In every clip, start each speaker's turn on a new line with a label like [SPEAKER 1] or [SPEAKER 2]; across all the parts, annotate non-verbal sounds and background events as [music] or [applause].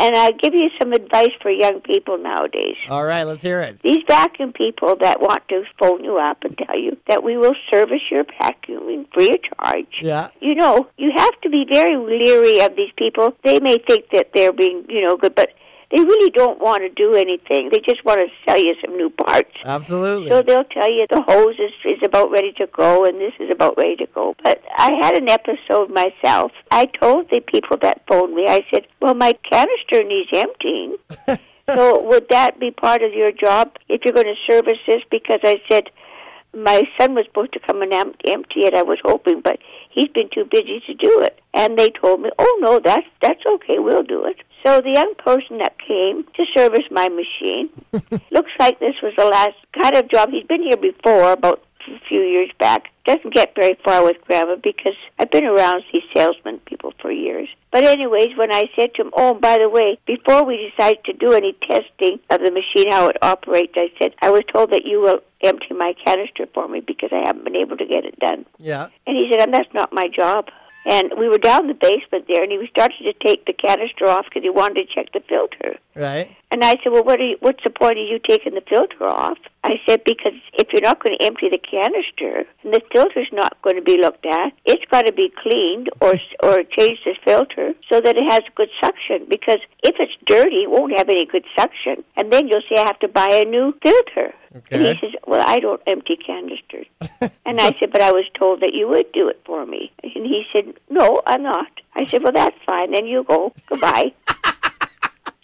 [SPEAKER 1] And I'll give you some advice for young people nowadays.
[SPEAKER 2] All right, let's hear it.
[SPEAKER 1] These vacuum people that want to phone you up and tell you that we will service your vacuuming free of charge.
[SPEAKER 2] Yeah.
[SPEAKER 1] You know, you have to be very leery of these people. They may think that they're being, you know, good, but they really don't want to do anything. They just want to sell you some new parts.
[SPEAKER 2] Absolutely.
[SPEAKER 1] So they'll tell you the hose is, is about ready to go and this is about ready to go. But I had an episode myself. I told the people that phoned me, I said, Well, my canister needs emptying. so would that be part of your job if you're going to service this? Because I said, my son was supposed to come and em- empty it. I was hoping, but he's been too busy to do it. And they told me, "Oh no, that's that's okay. We'll do it." So the young person that came to service my machine looks like this was the last kind of job. He's been here before, about a few years back. Doesn't get very far with grandma because I've been around these salesman people for years. But anyways, when I said to him, "Oh, and by the way, before we decide to do any testing of the machine how it operates," I said, "I was told that you will empty my canister for me because I haven't been able to get it done."
[SPEAKER 2] [laughs] Yeah.
[SPEAKER 1] And he said, "Um, "That's not my job." And we were down in the basement there, and he started to take the canister off because he wanted to check the filter.
[SPEAKER 2] Right.
[SPEAKER 1] And I said, "Well, what are you, what's the point of you taking the filter off?" I said, "Because if you're not going to empty the canister, and the filter's not going to be looked at, it's got to be cleaned or or change the filter so that it has good suction. Because if it's dirty, it won't have any good suction, and then you'll say I have to buy a new filter." And he
[SPEAKER 2] Okay.
[SPEAKER 1] says, "Well, I don't empty canisters."
[SPEAKER 2] [laughs]
[SPEAKER 1] And I said, "But I was told that you would do it for me." And he said, "No, I'm not." I said, "Well, that's fine. Then you go. Goodbye."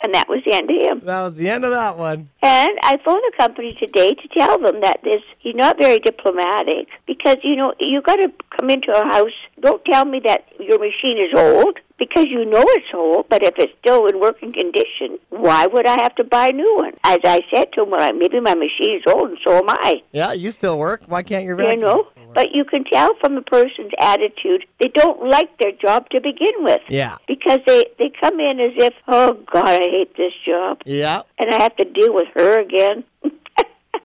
[SPEAKER 1] and that was the end of him.
[SPEAKER 2] That was the end of that one.
[SPEAKER 1] And I phoned the company today to tell them that this he's not very diplomatic because you know you got to come into a house. Don't tell me that your machine is old because you know it's old. But if it's still in working condition, why would I have to buy a new one? As I said to him, well, maybe my machine is old and so am I.
[SPEAKER 2] Yeah, you still work. Why can't your
[SPEAKER 1] You
[SPEAKER 2] vacuum?
[SPEAKER 1] know, but you can tell from a person's attitude they don't like their job to begin with.
[SPEAKER 2] Yeah.
[SPEAKER 1] Because they they come in as if, oh God, I hate this job,
[SPEAKER 2] Yeah.
[SPEAKER 1] and I have to deal with her again. [laughs]